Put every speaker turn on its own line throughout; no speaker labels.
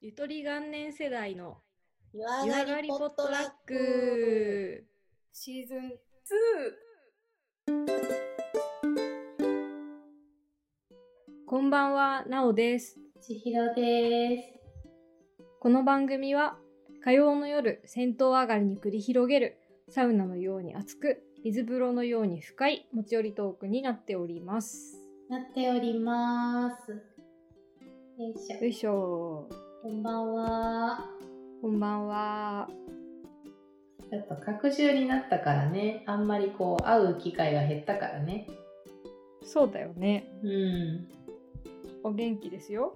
ゆとり元年世代の
湯上
湯上
が
が
り
り
ポ
ポ
ッ
ッ
ト
ト
ラ
ラ
ッ
ッ
ク。
ク。
シーズン2
こんばんは、なおです。
ちひろです。
この番組は火曜の夜、戦闘上がりに繰り広げるサウナのように熱く、水風呂のように深い持ち寄りトークになっております。
なっております。よいし
よいしょ。
ょ。こんばんは。
こんばんは。
やっぱ隔週になったからね、あんまりこう会う機会が減ったからね。
そうだよね。
うん。
お元気ですよ。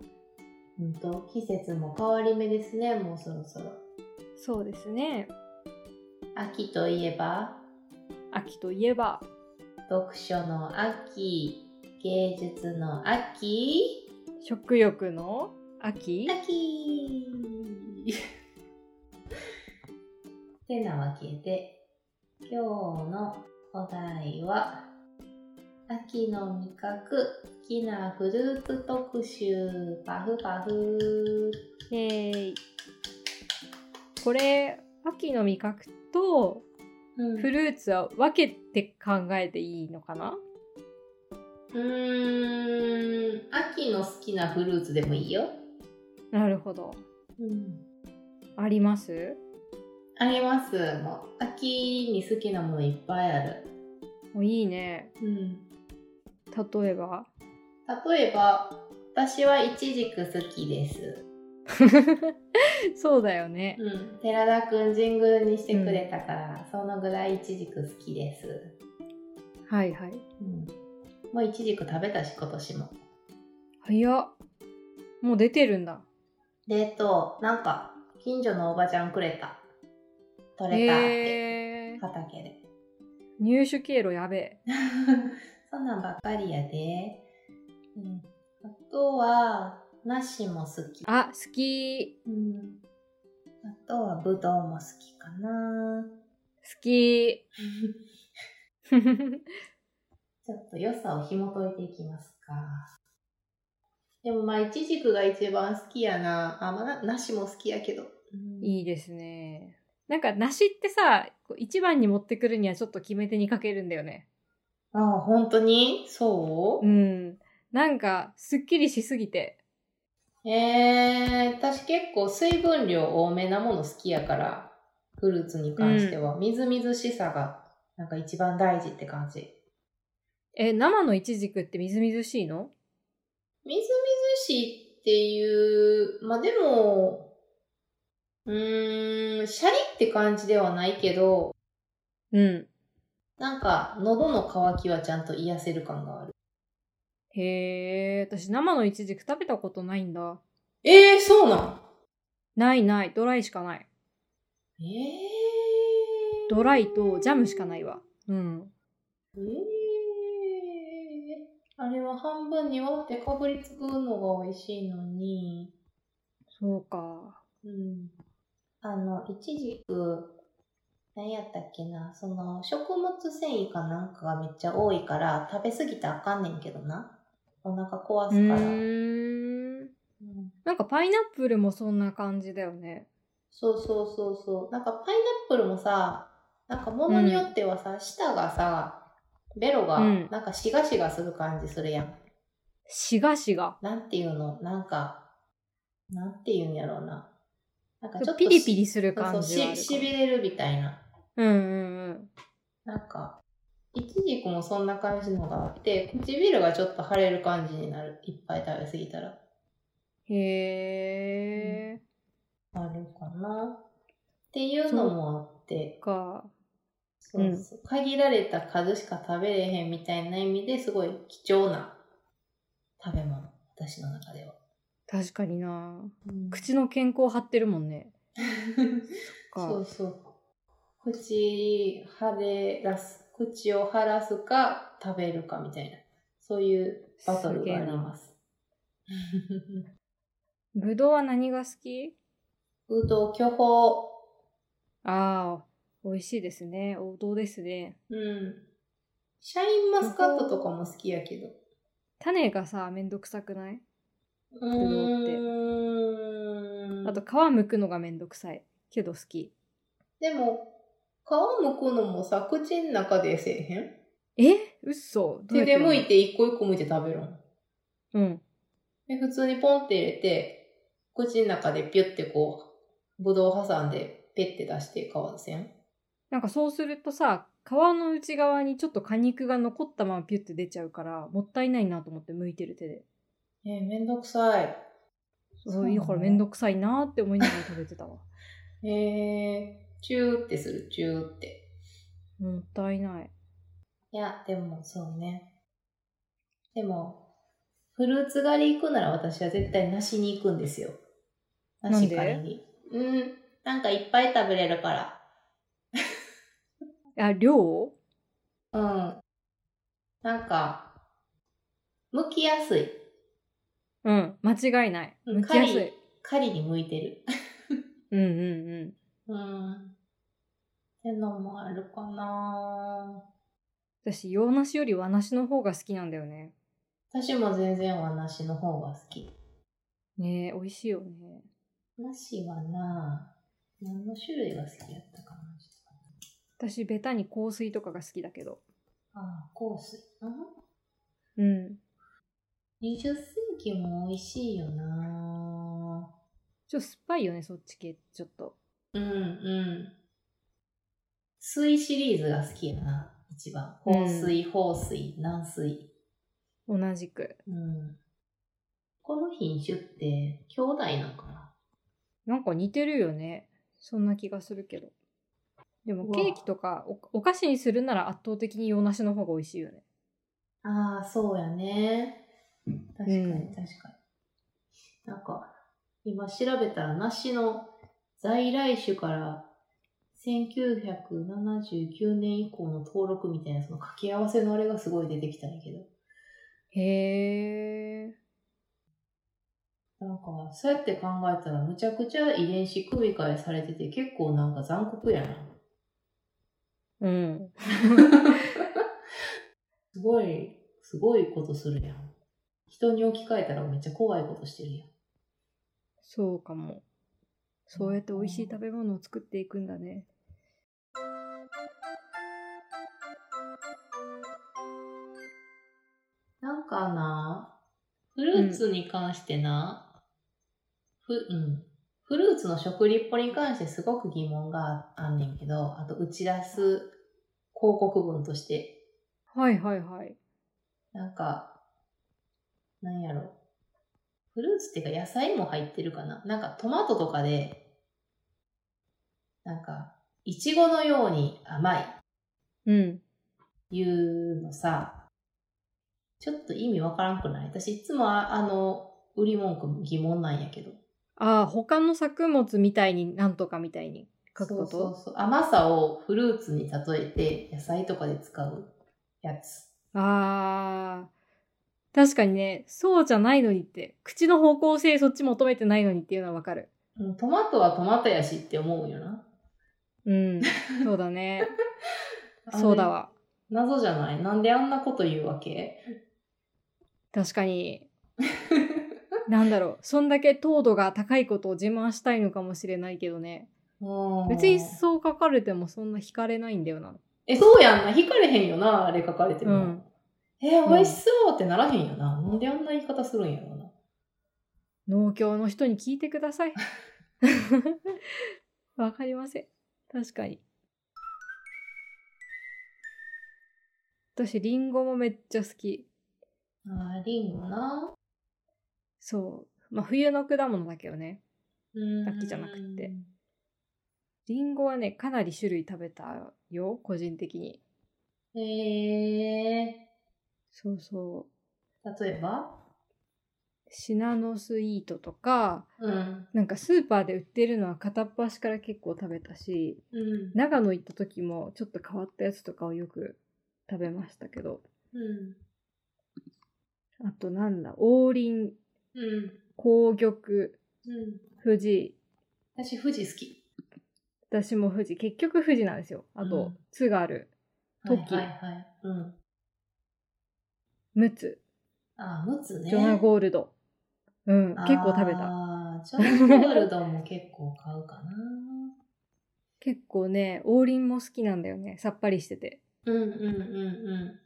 本当季節も変わり目ですね、もうそろそろ。
そうですね。
秋といえば、
秋といえば、
読書の秋、芸術の秋、
食欲の秋
秋てなわけで、今日のお題は、秋の味覚、好きなフルーツ特集、パフパフ。
イエーイこれ、秋の味覚と
うん
フルーツは分けて考えていいのかな
うーん、秋の好きなフルーツでもいいよ。
なるほど。
うん、
あります
あります。もう、秋に好きなものいっぱいある。
おいいね。
うん。
例えば
例えば、私はイチジク好きです。
そうだよね。
うん、寺田くんジングルにしてくれたから、そのぐらいイチジク好きです、
はいはい。
うん、もうイチジク食べたし今年も
早っ。もう出てるんだ。
冷凍なんか近所のおばちゃんくれた取れたって、
へえー。
畑で
入手経路やべえ。
そんなんばっかりやで、うん、あとは梨も好き、
あ、好き。
うん、あとはぶどうも好きか な
好き。
ちょっと良さを紐解いていきますか。でもまあ、イチジクが一番好きやな。あ、まあ、な梨も好きやけど。
いいですね。なんか梨ってさ、こう一番に持ってくるにはちょっと決め手にかけるんだよね。
ああ、本当にそうう、
ん。なんか、すっきりしすぎて。
えー、私結構水分量多めなもの好きやから、フルーツに関しては、みずみずしさが、なんか一番大事って感じ。
え、生のイチジクってみずみずしいの
みずみずしいっていう、まあでも、うーん、シャリって感じではないけど、
うん。
なんか、喉の渇きはちゃんと癒せる感がある。
へえ、私生のイチジク食べたことないんだ。
ええー、そうなん
ないない、ドライしかない。
ええー。
ドライとジャムしかないわ。うん。
ええー。あれは半分に割ってかぶりつくのが美味しいのに。
そうか。
うん。あの、いちじく、何やったっけな、その、食物繊維かなんかがめっちゃ多いから、食べ過ぎたらあかんねんけどな。お腹壊
う
すから。
ーん。
うん
なんかパイナップルもそんな感じだよね。
そうそうそうそう。なんかパイナップルもさ、なんか物によってはさ、舌がさ、ベロが
うん
なんかしがしがする感じするやん。
しがしが。
なんていうのなんか、なんていうんやろうな。なんかちょっと
ピリ
し
ピリする
そうそ
感
う
じはある
し、
か
しびれるみたいな。
もうんうんうん。
なんか、イチジクもそんな感じのがあって、唇がちょっと腫れる感じになる。いっぱい食べ過ぎたら。
へえ、
あるかな。っていうのもあって。
か。
そうそう限られた数しか食べれへんみたいな意味ですごい貴重な食べ物私の中では、
確かにな。
口
口 の健康張ってるもんね。か
そうそう口腫れらす口を腫らすか食べるかみたいなそういうバトルがあります
ぶどうは何が好き
うどん巨峰
ああ、美味しいですね。王道ですね。
うんシャインマスカットとかも好きやけど
種がさ、めんどくさくない
ブ
ドウって
うーんうん
あと、皮むくのがめんどくさいけど好き
でも、皮むくのもさ、口の中でせえへん
え嘘どうや
手
っ
で
やるの
剥いて一個一個剥いて食べるん。
うん
で普通にポンって入れて、口の中でピュってこう、ぶどう挟んで、ペッて出して皮せん
なんかそうするとさ皮の内側にちょっと果肉が残ったままピュッて出ちゃうからもったいないなと思って剥いてる手で
えー、めんどくさい。
そうう
なの
だからめんどくさいなって思いながら食べてたわ
えー、チューってする、チューって。
もったいない
いや、でもそうね。でも、フルーツ狩り行くなら私は絶対梨に行くんですよ。
なん
梨
で
狩りに。うん。なんかいっぱい食べれるから。
あ量
うん。なんか、剥きやすい。
うん間違いない
うん
剥きやすい
狩りに向いてる。
うんうんうん
うん。ってのもあるかな
私洋梨より和梨の方が好きなんだよね
私も全然和梨の方が好き。
ねえ美味しいよね
梨はな何の種類が好きやったかなちょっ
私ベタに香水とかが好きだけど
とああ、香水。うん
うん
20世紀も美味しいよな
ちょっと酸っぱいよねそっち系ちょっと
うんうん。水シリーズが好きやな、一番。香水、香水、軟水。
同じく
うん。この品種って兄弟なんかな
なんか似てるよねそんな気がするけどでも
うわ
ケーキとかおお菓子にするなら圧倒的に洋梨の方が美味しいよね
ああ、そうやね。確か
う
に
ん
確かに。なんか、今調べたら梨の在来種から1979年以降の登録みたいなその掛け合わせのあれがすごい出てきたんやけど。
へえ
なんか、そうやって考えたらむちゃくちゃ遺伝子組み換えされてて結構なんか残酷やな。
うん
すごい、すごいことするやん。人に置き換えたらめっちゃ怖いことしてるやん。
そうかもそうやって美味しい食べ物を作っていくんだね
なんかな、フルーツに関してな、ふ、うん。フルーツの食リポに関してすごく疑問があんねんけど、あと打ち出す広告文として、
はいはいはい
なんか、なんやろ。フルーツっていうか野菜も入ってるかななんかトマトとかで、なんか、いちごのように甘い
うん
いうのさ、ちょっと意味わからんくない私いつもああの、売り文句も疑問なんやけど。
ああ他の作物みたいになんとかみたいに書くこと
そうそうそう。甘さをフルーツに例えて野菜とかで使うやつ。
あー確かにねそうじゃないのにって口の方向性そっち求めてないのにっていうのはわかる
うんトマトはトマトやしって思うよな。
うんそうだねそうだわ
あれ。謎じゃないなんであんなこと言うわけ
確かになんだろうそんだけ糖度が高いことを自慢したいのかもしれないけどね別にそう書かれてもそんな惹かれないんだよな
え、そうやんな。惹かれへんよな。あれ書かれても。
うん
え
うん
美味しそうってならへんよな。なんであんな言い方するんやろうな。
農協の人に聞いてください わかりません確かに私リンゴもめっちゃ好き
あーリンゴな。
そう。まあ、冬の果物だけどね。
うん
秋じゃなくて。リンゴはね、かなり種類食べたよ、個人的に。
へえ
そうそ
ー、例えば
う。シナノスイートとか、
うん。
なんかスーパーで売ってるのは片っ端から結構食べたし、
うん。
長野行った時もちょっと変わったやつとかをよく食べましたけど。
うん。
あとなんだ、王林、
うん。
紅玉、
うん。
富士、
私、富士好き。
私も富士、結局富士なんですよ。あ
う
と
ん、
津軽、時
はいはいはい。うん。
陸奥、
あー、むつね。
ジョナゴールド。うん、結構食べた。
あーな。ジョン・ゴールドも結構買うかな。
結構ね、王林も好きなんだよね。さっぱりしてて。
うんうんうんう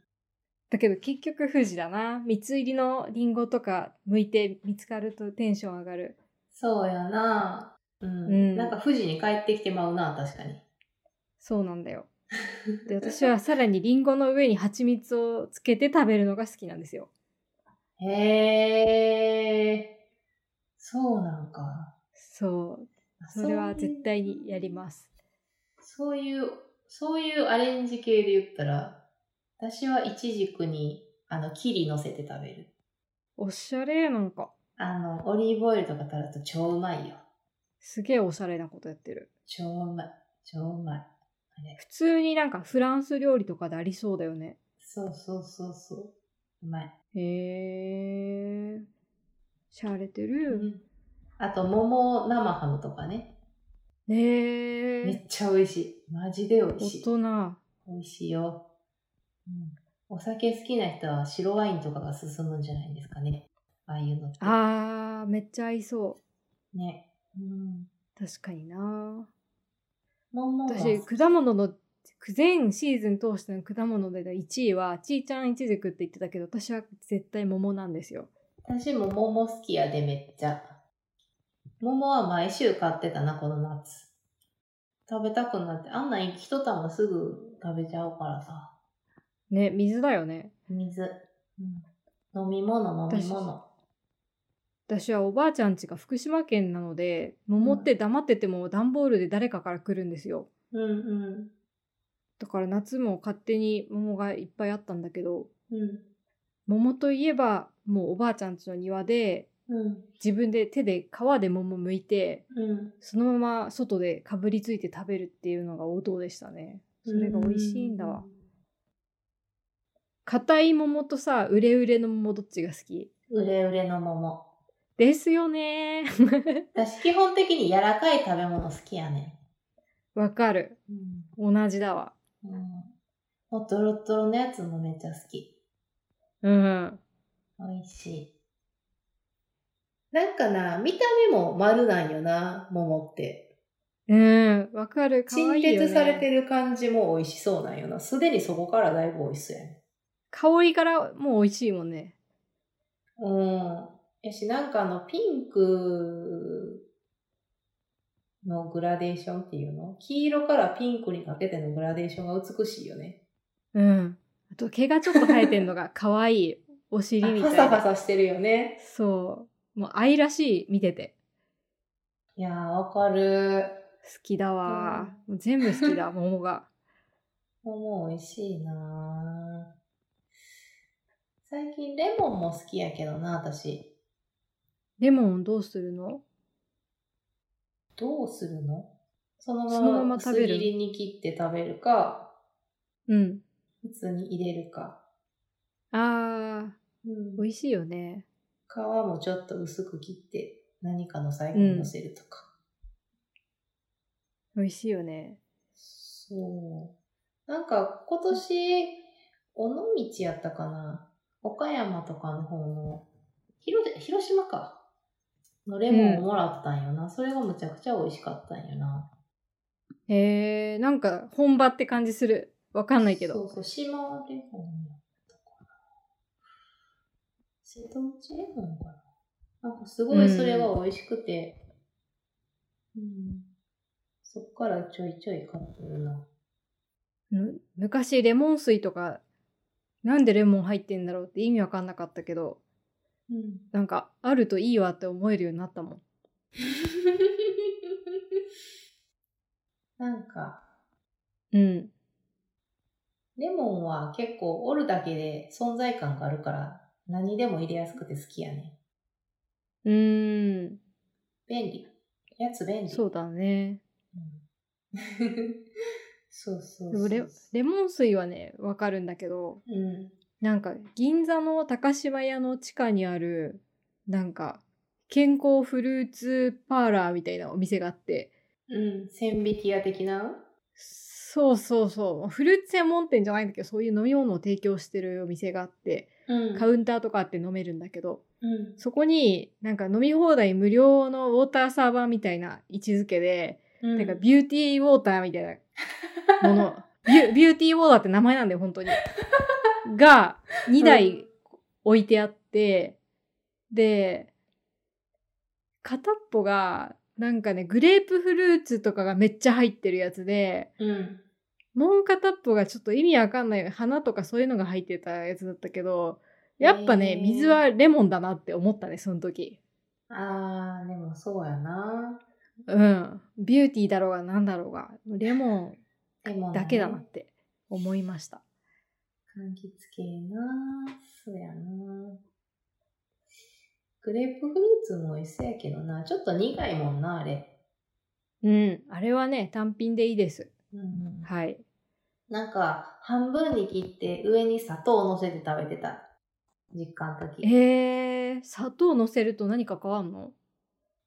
だけど結局富士だな。三つ入りのリンゴとか剥いて見つかるとテンション上がる。
ん。そうやな。うん。
うん
なんか富士に帰ってきてまうな、確かに。
そうなんだよ。で、私 はさらにリンゴの上に蜂蜜をつけて食べるのが好きなんですよ。
へえ。そうなんか。
そう。それは絶対にやります。
そういう、そういうアレンジ系で言ったら、私はイチジクに、あの、キリ乗せて食べる。
おしゃれなんか。
あの、オリーブオイルとかたらと超うまいよ。
すげえおしゃれなことやってる。
超うまい。超うまい。あれ。
普通になんかフランス料理とかでありそうだよね。
そうそうそうそう。うまい。
へえ。しゃれて
う
る。
ん。あと、桃生ハムとかね。
ね
め
え。
っちゃ美味しい。マジで美味
大
しい。
人。
美味しいよ。うん。お酒好きな人は白ワインとかが進むんじゃないですかね。ああいうのって。
あー、めっちゃ合いそ
ね。うん。
う。確かにな。
桃が
私、果物の、全シーズン通しての果物で1位は、ちーちゃんいちじくって言ってたけど、私は絶対桃なんですよ。
私も桃好きやでめっちゃ。桃は毎週買ってたな、この夏。食べたくなって、あんなん一玉すぐ食べちゃうからさ。
ね、水だよね。
水。うん、飲み物、飲み物。
私はおばあちゃん家が福島県なので、桃って黙ってても段ボールで誰かから来るんですよ。
うんう
だから夏も勝手に桃がいっぱいあったんだけど、
ん。うん。
桃といえば、もうおばあちゃん家の庭で、
うん。
自分で手で皮で桃剥いて、
うん。
そのまま外でかぶりついて食べるっていうのが王道でしたね。それが美味しいんだわ。。硬い桃とさ、ウレウレの桃どっちが好き
うれうれの桃。
ですよね ー。
私基本的に柔らかい食べ物好きやね
わかる。
ん。
同じだわ。
うん。もうドロッドロのやつもめっちゃ好き。
うん。
美味しい。なんかな、見た目も丸なんよな、桃って。
うん。わかる。かわい
陳
いよ、ね。
列されてる感じも美味しそうなんよな。すでにそこからだいぶ美味しそうやね。
香りからもう美味しいもんね。
うん。やし、なんかあの、ピンクのグラデーションっていうの黄色からピンクにかけてのグラデーションが美しいよね。
うん。あと毛がちょっと生えてんのが可愛い。お尻
あ
み
パ
たい
サパ
な。
サしてるよね。
そう。もう愛らしい。見てて。
いやー、わかる。
好きだわ。もう全部好き だ、桃が。
桃美味しいなー最近レモンも好きやけどな、私。
レモンどうするの
どうするのその
そのま
まま
ま
薄
食べる
切りに切って食べるか、
うん。
普通に入れるか。
あ
うん
ー、美味しいよね。
皮もちょっと薄く切って何かの最後に乗せるとか、
美味しいよね。
そうなんか今年尾道やったかな岡山とかの方の広広島かのレモンをもらったんよな、それがむちゃくちゃ美味しかったんよな
へえー、なんか本場って感じする。わかんないけ
そ
ど。
うそう島レモンやったかな瀬戸内レモンかななんかすごいそれが美味しくてうん、そっからちょいちょい買ってるな
む昔レモン水とか、なんでレモン入ってんだろうって意味わかんなかったけど、
うん
なんかあるといいわって思えるようになったもん。
なんか、
うん。
レモンは結構折るだけで存在感があるから、何でも入れやすくて好きやね。
うーん。
便利。やつ便利。
そうだね。
うん そうそう
で
そ
も
う。
レレモン水はね、わかるんだけど、
うん。
なんか銀座の高島屋の地下にある、なんか健康フルーツパーラーみたいなお店があって、
うん。千匹屋的な
そうそうそう。フルーツ専門店じゃないんだけど、そういう飲み物を提供してるお店があって、
うん
カウンターとかあって飲めるんだけど、
うん
そこになんか飲み放題無料のウォーターサーバーみたいな位置づけで、
うん
なんかビューティーウォーターみたいなものビュビューティーウォーターって名前なんだよ本当 にが2台置いてあって、で片っぽがなんかねグレープフルーツとかがめっちゃ入ってるやつで
うん
もう片っぽがちょっと意味わかんない花とかそういうのが入ってたやつだったけどやっぱね、
へー
水はレモンだなって思ったねその時
あーでもそうやな
うんビューティーだろうがなんだろうがレモ
でも
ン
ね
だけだなって思いました
柑橘系なそうやなグレープフルーツも美味しそうやけどなちょっと苦いもんなあれ
うんあれはね単品でいいです
うん
はい
なんか半分に切って上に砂糖をのせて食べてた実家の時
えー、砂糖乗せると何か変わんの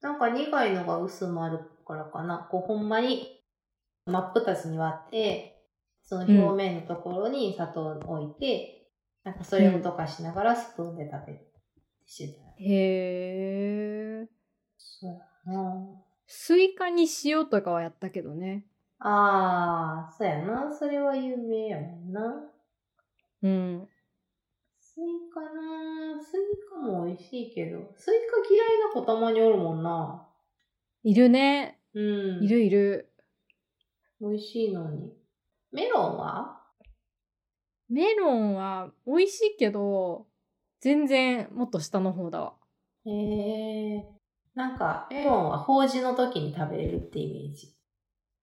なんか苦いのが薄まるからかなこうほんまに真っ二つに割ってその表面のところに砂糖を置いて、なんかそれを溶かしながらスプーンで食べてしてた、
へえ
そうやな
スイカに塩とかはやったけどね
ああ、そうやな。それは有名やもんな。
うん
スイカなスイカも美味しいけど、スイカ嫌いな子たまにおるもんな。
いるね
うん。
いるいる
美味しいのに。メロンは
メロンは美味しいけど全然もっと下の方だわ
へえ。なんか、メロンは法事の時に食べれるってイメージ。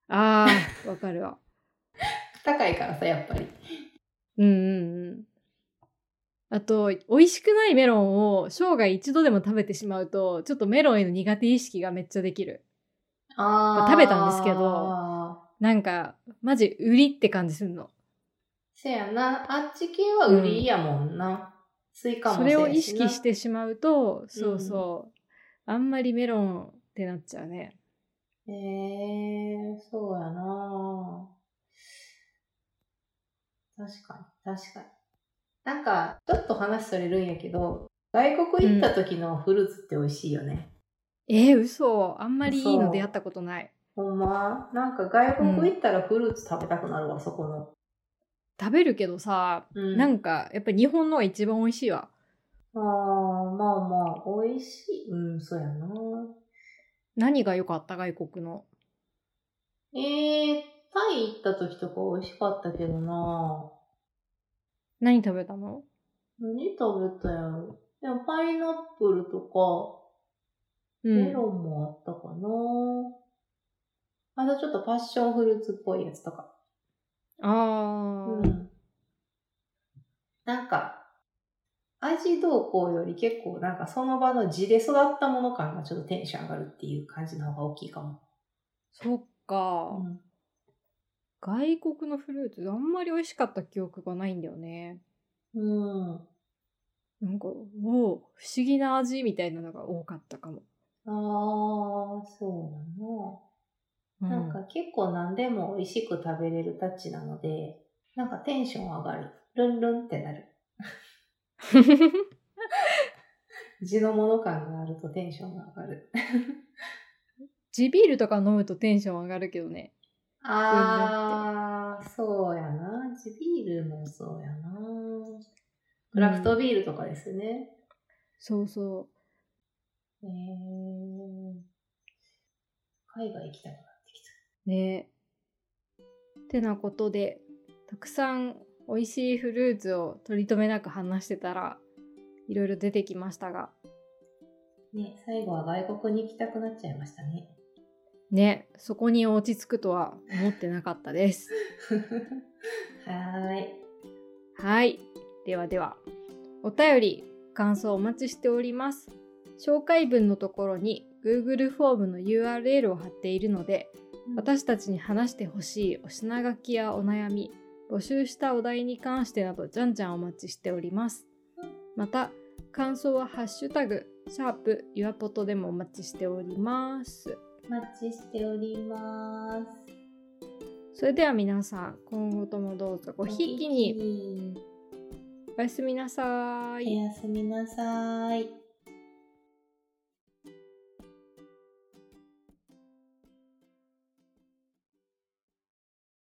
あー わかるわ
高いからさ、やっぱり。
うんうんうんあと美味しくないメロンを生涯一度でも食べてしまうとちょっとメロンへの苦手意識がめっちゃできる
あ
ー食べたんですけど
ど。
なんかマジ売りって感じすんの
せやな。あっち系は売りやもんな。スイカも
そ
せや
れ
しな
を意識してしまうとそうそう、あんまりメロンってなっちゃうね
へえそうやな確かに、確かに。なんか、ちょっと話それるんやけど、外国行った時のフルーツって美味しいよね。
えー、嘘あんまりいい
そ
の
う
出会ったことない
ほんまなんか外国行ったらフルーツ食べたくなるわ、そこの。
食べるけどさ、
うん
なんかやっぱ日本のが一番美味しいわ
ああ、まあまあ、美味しい。うん、そうやな
何が良かった外国の
えー、タイ行った時とか美味しかったけどな
何食べたの
何食べたやろでもパイナップルとか、
うん
メロンもあったかな、まだちょっとパッションフルーツっぽいやつとか。
あー、
うん。なんか、味どうこうより結構なんかその場の地で育ったもの感がちょっとテンション上がるっていう感じの方が大きいかも。
そっか、
うん
外国のフルーツあんまり美味しかった記憶がないんだよね
うん。
なんかおー不思議な味みたいなのが多かったかも、
ああ、そう
う
なの。なんか結構何でも美味しく食べれるタッチなので、なんかテンション上がる。ルンルンってなる。地のもの感があるとテンションが上がる。
地ビールとか飲むとテンション上がるけどね。
ああ、そうやな。地ビールもそうやな。クラフトビールとかですね。
そうそ
えー海外行きたくなってき
う。ねてなことで、たくさん美味しいフルーツを取り留めなく話してたら、いろいろ出てきましたが、
た。ね、最後は外国に行きたくなっちゃいましたね。
ね、そこに落ち着くとは思ってなかったです。
はーい。
はい。ではでは、お便り、感想お待ちしております。紹介文のところに Google フォームの URL を貼っているので、私たちに話してほしいお品書きやお悩み募集したお題に関してなどじゃんじゃんお待ちしておりますまた感想は「ハッシュタグシャープゆわぽと」でもお待ちしております
お待ちしております。
それでは皆さん今後ともどうぞごひいきに
に。
おやすみなさー
お
い。
やすみなさい。